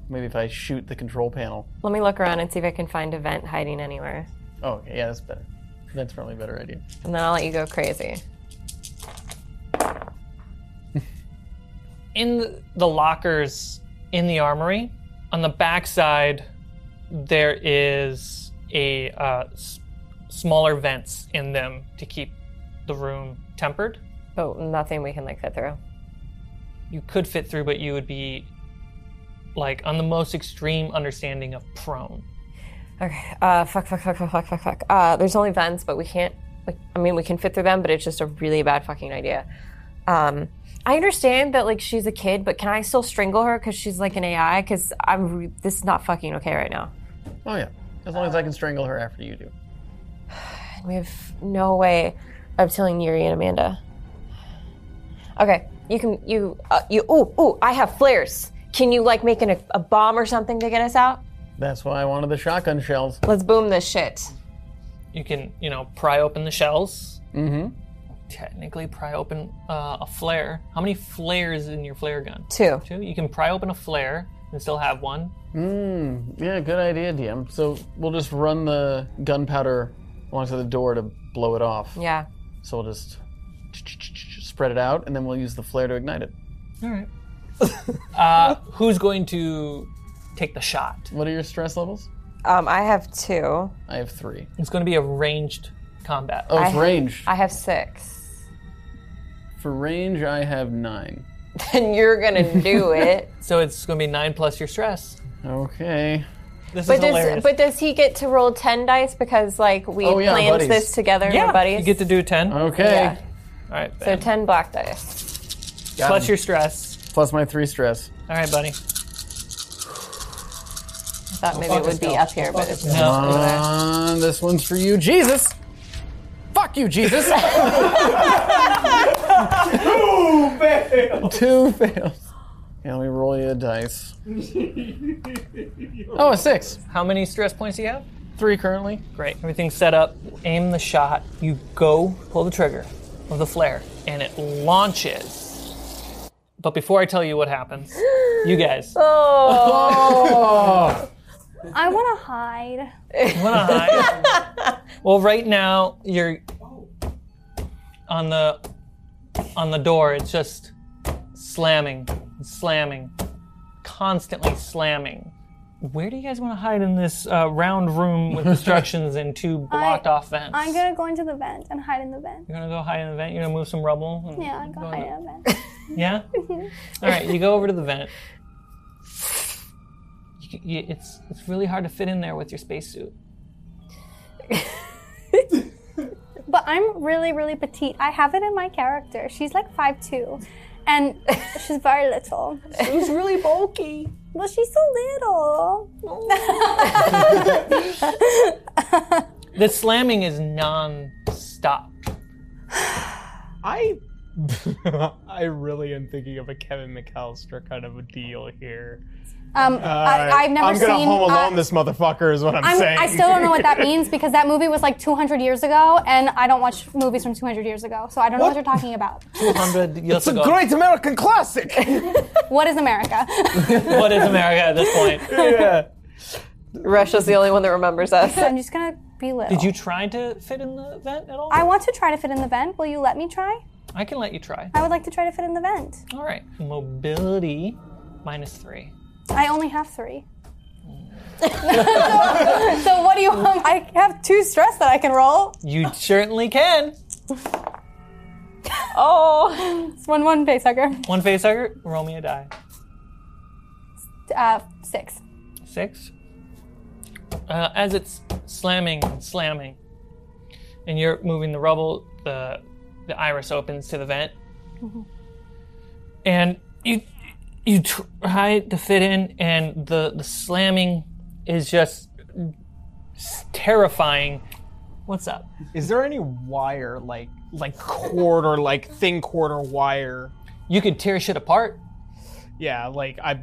Maybe if I shoot the control panel. Let me look around and see if I can find a vent hiding anywhere, Oh, okay, yeah, that's better. That's probably a better idea. and then I'll let you go crazy. in the lockers in the armory, on the backside, there is a uh, s- smaller vents in them to keep the room tempered. Oh, nothing we can like fit through. You could fit through, but you would be like on the most extreme understanding of prone. Okay. Uh, fuck, fuck, fuck, fuck, fuck, fuck, fuck. Uh, there's only vents, but we can't. Like, I mean, we can fit through them, but it's just a really bad fucking idea. Um, I understand that like she's a kid, but can I still strangle her because she's like an AI? Because I'm re- this is not fucking okay right now. Oh yeah. As long as I can strangle her after you do. We have no way of telling Yuri and Amanda. Okay, you can you uh, you. Ooh, ooh, I have flares. Can you like make an, a, a bomb or something to get us out? That's why I wanted the shotgun shells. Let's boom this shit. You can, you know, pry open the shells. Mm-hmm. Technically, pry open uh, a flare. How many flares in your flare gun? Two. Two. You can pry open a flare and still have one. Mm, yeah, good idea, DM. So we'll just run the gunpowder onto the door to blow it off. Yeah. So we'll just spread it out, and then we'll use the flare to ignite it. All right. uh, who's going to take the shot? What are your stress levels? Um, I have two. I have three. It's going to be a ranged combat. Oh, it's I- range. I have six. For range, I have nine. and you're gonna do it. So it's going to be nine plus your stress. Okay. This is but does hilarious. but does he get to roll ten dice because like we Oh, yeah, planned buddies. this together, yeah, we're buddies? you get to do ten. All Okay. Yeah. right, so bam. ten black dice. Got plus him. your stress. plus my three stress. All right, buddy. Thought maybe it would be up here, but it's Uh, this one's for you, Jesus. Fuck you, Jesus. Two fails. Yeah, let me roll you a dice. Oh, a six. How many stress points do you have? Three currently. Great. Everything's set up. Aim the shot. You go pull the trigger of the flare, and it launches. But before I tell you what happens, you guys Oh. want I want to hide. to hide. well, right now you're on the on the door. It's just slamming, and slamming, constantly slamming. Where do you guys want to hide in this uh, round room with destructions and two blocked off vents? I'm gonna go into the vent and hide in the vent. You're gonna go hide in the vent. You're gonna move some rubble. and- Yeah, I'm gonna Going hide in the vent. Yeah. All right. You go over to the vent. You, c- you, it's it's really hard to fit in there with your spacesuit. But I'm really, really petite. I have it in my character. She's like 5'2", and she's very little. She's really bulky. Well, she's so little. The slamming is non-stop. I I really am thinking of a Kevin McAllister kind of a deal here. Um, I, I've never I'm seen. gonna home alone uh, this motherfucker is what I'm, I'm, saying. I still don't know what that means because that movie was like 200 years ago, and I don't watch movies from 200 years ago, so I don't know what you're talking about. Two hundred years It's a ago. great American classic. What is America? What is America at this point? yeah. Russia's the only one that remembers us. I'm just gonna be little. Did you try to fit in the vent at all? I want to try to fit in the vent. Will you let me try? I can let you try. I would like to try to fit in the vent. All right. Mobility minus three. I only have three. so, so what do you want? I have two stress that I can roll. You certainly can. Oh, it's one one face sucker. One face hugger. Roll me a die. Uh, six. six. Uh, as it's slamming, and slamming, and you're moving the rubble, the the iris opens to the vent, and you you try to fit in, and the the slamming is just s- terrifying. What's up? Is there any wire like like cord or like thin cord or wire? You could tear shit apart. Yeah, like I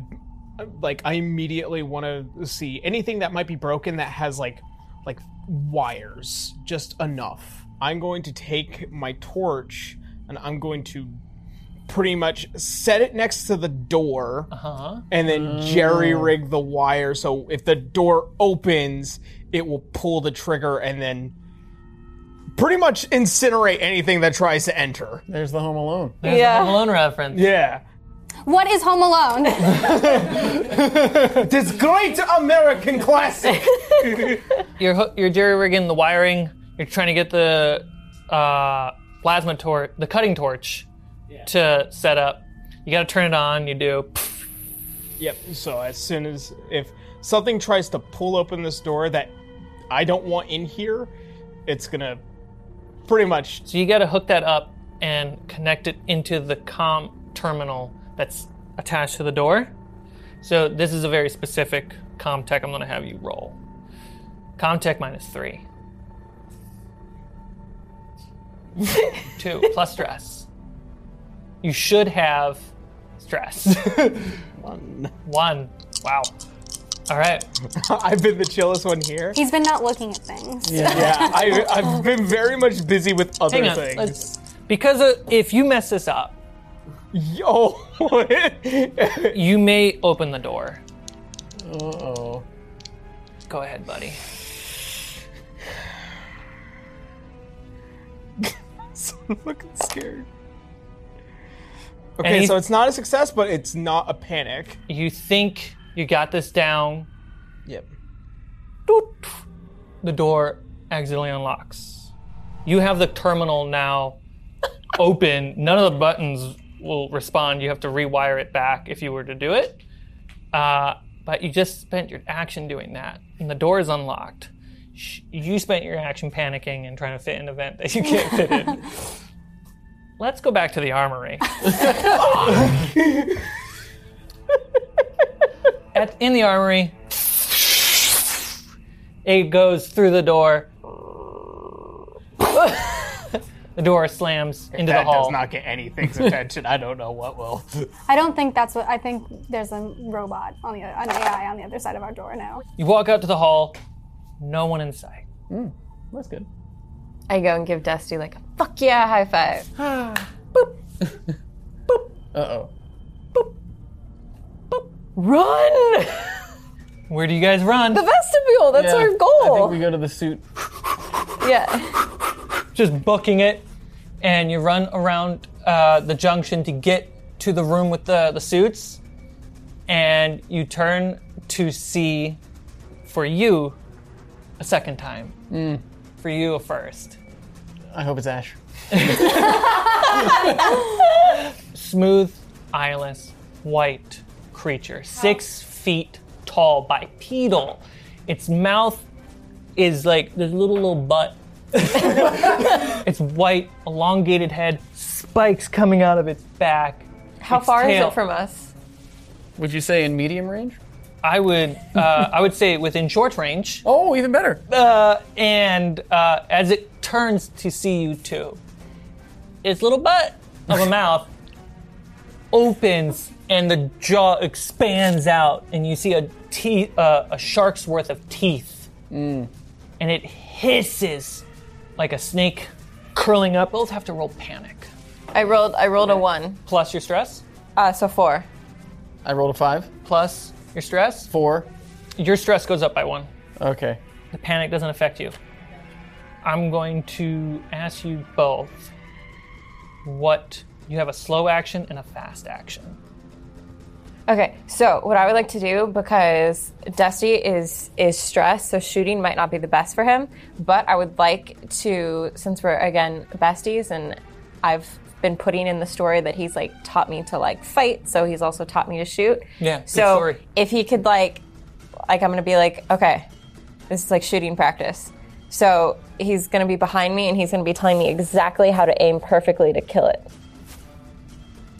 like I immediately want to see anything that might be broken that has like like wires just enough. I'm going to take my torch and I'm going to pretty much set it next to the door Huh? and then jerry rig the wire so if the door opens, it will pull the trigger and then pretty much incinerate anything that tries to enter. There's the Home Alone. There's Yeah. a Home Alone reference. Yeah. What is Home Alone? This great American classic. you're hoo- you're jerry rigging the wiring. You're trying to get the uh, plasma torch, the cutting torch, to set up. You got to turn it on. You do. Yep. So as soon as if something tries to pull open this door that I don't want in here, it's gonna pretty much So you got to hook that up and connect it into the com terminal that's attached to the door. So this is a very specific comtech. I'm going to have you roll. Comtech minus three. Two plus stress. You should have stress. One. Wow. All right. I've been the chillest one here. He's been not looking at things. Yeah, I, I've been very much busy with other Hang on. things. Let's- because uh, if you mess this up, Yo, you may open the door. Uh oh. Go ahead, buddy. so fucking scared. Okay, Any- so it's not a success, but it's not a panic. You think you got this down. Yep. Doot. The door accidentally unlocks. You have the terminal now open. None of the buttons will respond. You have to rewire it back if you were to do it. Uh, but you just spent your action doing that, and the door is unlocked. Sh- You spent your action panicking and trying to fit an event that you can't fit in. Let's go back to the armory. At, in the armory, It goes through the door. the door slams into the That hall. does not get anything's attention. I don't know what will. I don't think that's what I think. There's a robot on the other, an AI on the other side of our door now. You walk out to the hall. No one in sight. That's good. I go and give Dusty like a fuck yeah high five. Uh oh. Run! Where do you guys run? Vestibule, that's our I think goal. we go to the suit. yeah. Just booking it, and you run around uh, the junction to get to the room with the, the suits, and you turn to see, for you, a second time. For you, a first. I hope it's Ash. smooth, eyeless, white creature, six feet tall, bipedal. Its mouth is like this little little butt. its white, elongated head, spikes coming out of its back. How Its far tail. is it from us? Would you say in medium range? I would, uh, I would say within short range. Oh, even better. Uh, and uh, as it turns to see you two, its little butt of a mouth opens and the jaw expands out, and you see a te- uh, a shark's worth of teeth, and it hisses like a snake curling up. Both have to roll panic. I rolled I rolled a one. Plus your stress. Uh, so four. I rolled a five. Plus your stress. Four. Your stress goes up by one. Okay. The panic doesn't affect you. I'm going to ask you both what you have a slow action and a fast action. Okay, so what I would like to do because Dusty is is stressed, so shooting might not be the best for him. But I would like to, since we're again besties, and I've been putting in the story that he's like taught me to like fight, so he's also taught me to shoot. Yeah, good So story. if he could like, like I'm gonna be like, okay, this is like shooting practice. So he's gonna be behind me, and he's gonna be telling me exactly how to aim perfectly to kill it.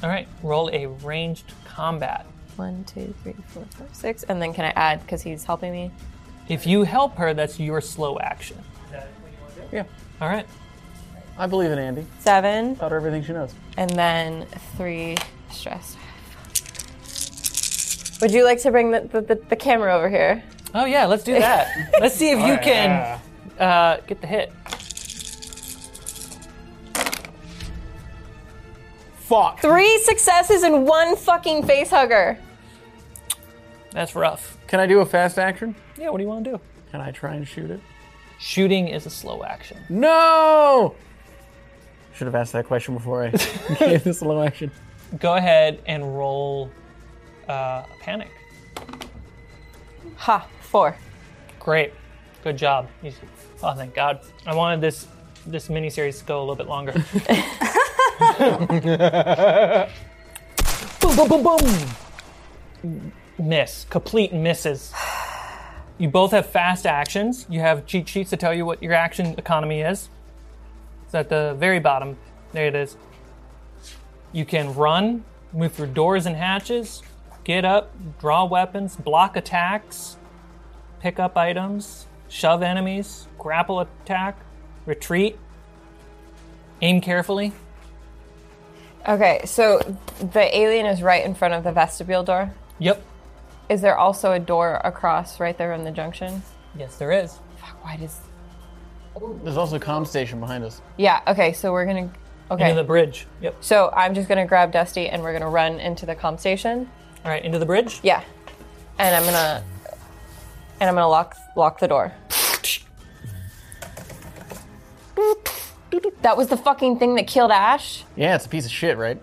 All right, roll a ranged combat. One, two, three, four, five, six, and then can I add because he's helping me? If you help her, that's your slow action. Yeah. All right, I believe in Andy Seven. about everything she knows. and then three stress. Would you like to bring the, the, the, the camera over here? Oh yeah, let's do that. let's see if you can uh, get the hit. Fuck. Three successes and one fucking face hugger. That's rough. Can I do a fast action? Yeah, what do you want to do? Can I try and shoot it? Shooting is a slow action. No! Should have asked that question before I gave this slow action. Go ahead and roll uh, panic. Ha, four. Great, good job. You- Oh, thank God. I wanted this this miniseries to go a little bit longer. boom, boom, boom, boom. Miss, complete misses. You both have fast actions. You have cheat sheets to tell you what your action economy is. It's at the very bottom. There it is. You can run, move through doors and hatches, get up, draw weapons, block attacks, pick up items, shove enemies, grapple attack, retreat, aim carefully. Okay, so the alien is right in front of the vestibule door. Yep. Is there also a door across right there in the junction? Yes, there is. Fuck, why does. There's also a comm station behind us. Yeah, okay, so we're gonna. Okay. Into the bridge. Yep. so I'm just gonna grab Dusty and we're gonna run into the comm station. All right, into the bridge. Yeah. And I'm gonna and I'm gonna lock lock the door. That was the fucking thing that killed Ash. Yeah, it's a piece of shit, right?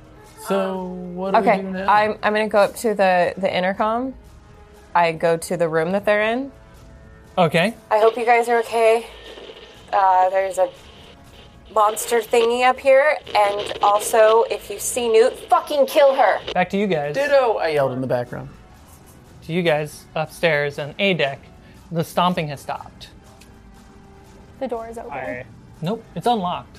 So what do Okay, we do now? I'm I'm gonna go up to the the intercom. I go to the room that they're in. Okay. I hope you guys are okay. Uh, there's a monster thingy up here, and also if you see Newt, fucking kill her. Back to you guys. Ditto, I yelled in the background. To you guys upstairs on A deck. The stomping has stopped. The door is open. I, Nope, it's unlocked.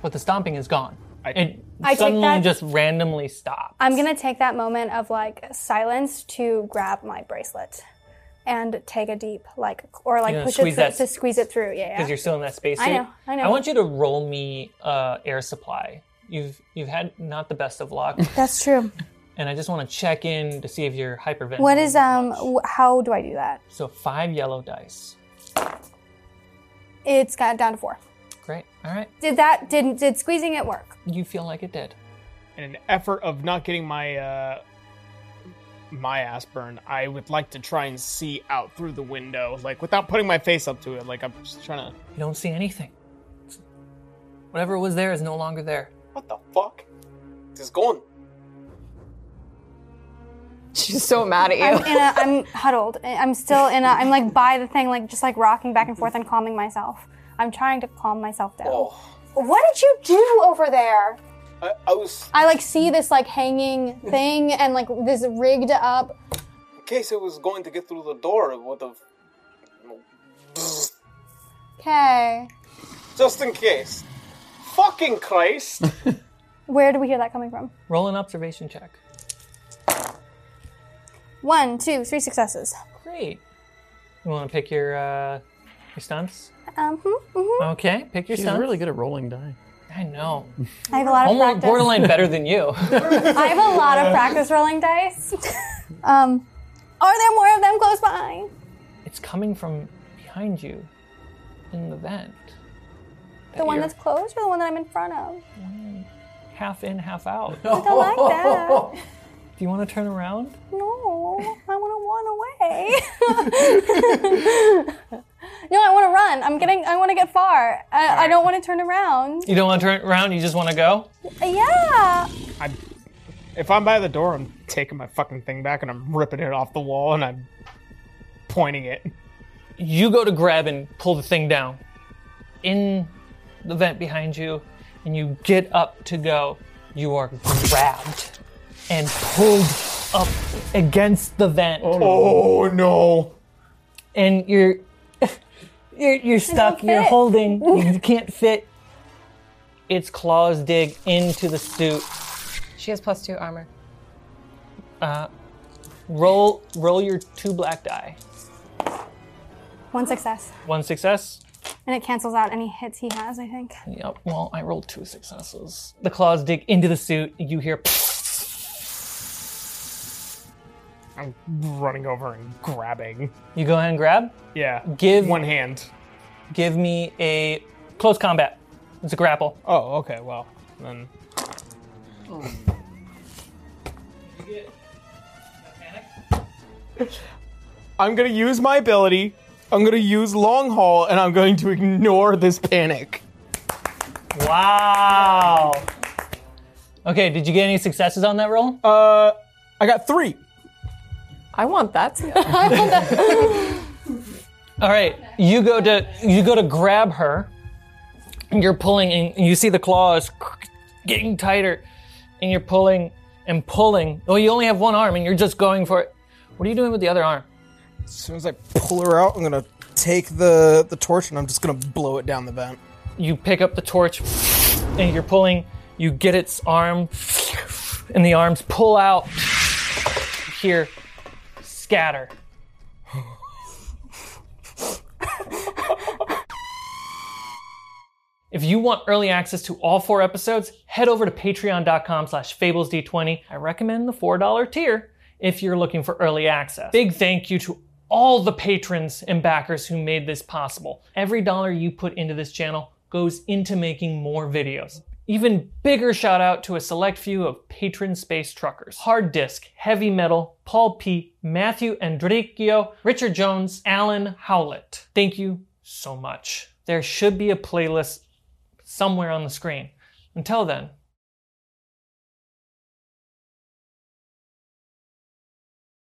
But the stomping is gone. I, It I take suddenly that- just randomly stopped. I'm gonna take that moment of like silence to grab my bracelet and take a deep like or like Yeah, push squeeze it through, that- to squeeze it through. Yeah, because yeah. you're still in that space. I suit. know, I know. I want you to roll me uh, air supply. You've you've had not the best of luck, That's true. and I just want to check in to see if you're hyperventilating. What is um? much. wh- How do I do that? So five yellow dice. It's got down to four. Great. All right. Did that? Did did squeezing it work? You feel like it did. in an effort of not getting my uh, my ass burned, I would like to try and see out through the window, like without putting my face up to it. Like I'm just trying to. You don't see anything. Whatever was there is no longer there. What the fuck? This is gone. She's so mad at I'm you. in a. I'm huddled. I'm still in a. I'm like by the thing, like just like rocking back and forth and calming myself. I'm trying to calm myself down. Oh, What did you do over there? I, I was. I like see this like hanging thing and like this rigged up. In case it was going to get through the door, it would have. Okay. Just in case. Fucking Christ! Where do we hear that coming from? Roll an observation check. One, two, three successes. Great. You want to pick your uh, your stunts? Um, hmm mhm. Okay, pick your She's stunts. really good at rolling die. I know. I have a lot of Almost practice. borderline better than you. I have a lot of practice rolling dice. um, are there more of them close by? it's coming from behind you in the vent. The one you're that's closed or the one that I'm in front of? half in, half out. I don't like that. Do you want to turn around? No, I want to run away. no, I want to run. I'm getting. I want to get far. I, I don't want to turn around. You don't want to turn around. You just want to go. Yeah. I'm, if I'm by the door, I'm taking my fucking thing back and I'm ripping it off the wall and I'm pointing it. You go to grab and pull the thing down in the vent behind you, and you get up to go. You are grabbed and pulled up against the vent, Oh no! and you're you're, you're stuck. You're fit. holding. You can't fit. Its claws dig into the suit. She has plus two armor. Uh, Roll roll your two black die. One success, One success. and it cancels out any hits he has. I think. Yep. Well, I rolled two successes. The claws dig into the suit. You hear I'm running over and grabbing. you go ahead and grab. Yeah. Give- one hand. Give me a close combat. It's a grapple. Oh, okay. Well, then I'm gonna use my ability. I'm gonna use long haul, and I'm going to ignore this panic. Wow. Okay, did you get any successes on that roll? Uh, I got three. I want that. All right, you go to you go to grab her. And you're pulling, and you see the claws getting tighter, and you're pulling and pulling. Oh, you only have one arm, and you're just going for it. What are you doing with the other arm? As soon as I pull her out, I'm gonna take the the torch and I'm just gonna blow it down the vent. you pick up the torch and you're pulling you get its arm and the arms pull out here scatter if you want early access to all four episodes head over to patreon.com slash fablesd20 i recommend the $4 tier if you're looking for early access. Big thank you to all the patrons and backers who made this possible. Every dollar you put into this channel goes into making more videos. Even bigger shout out to a select few of patron space truckers. Hard Disk, Heavy Metal, Paul P, Matthew Andricchio, Richard Jones, Alan Howlett. Thank you so much. There should be a playlist somewhere on the screen. Until then,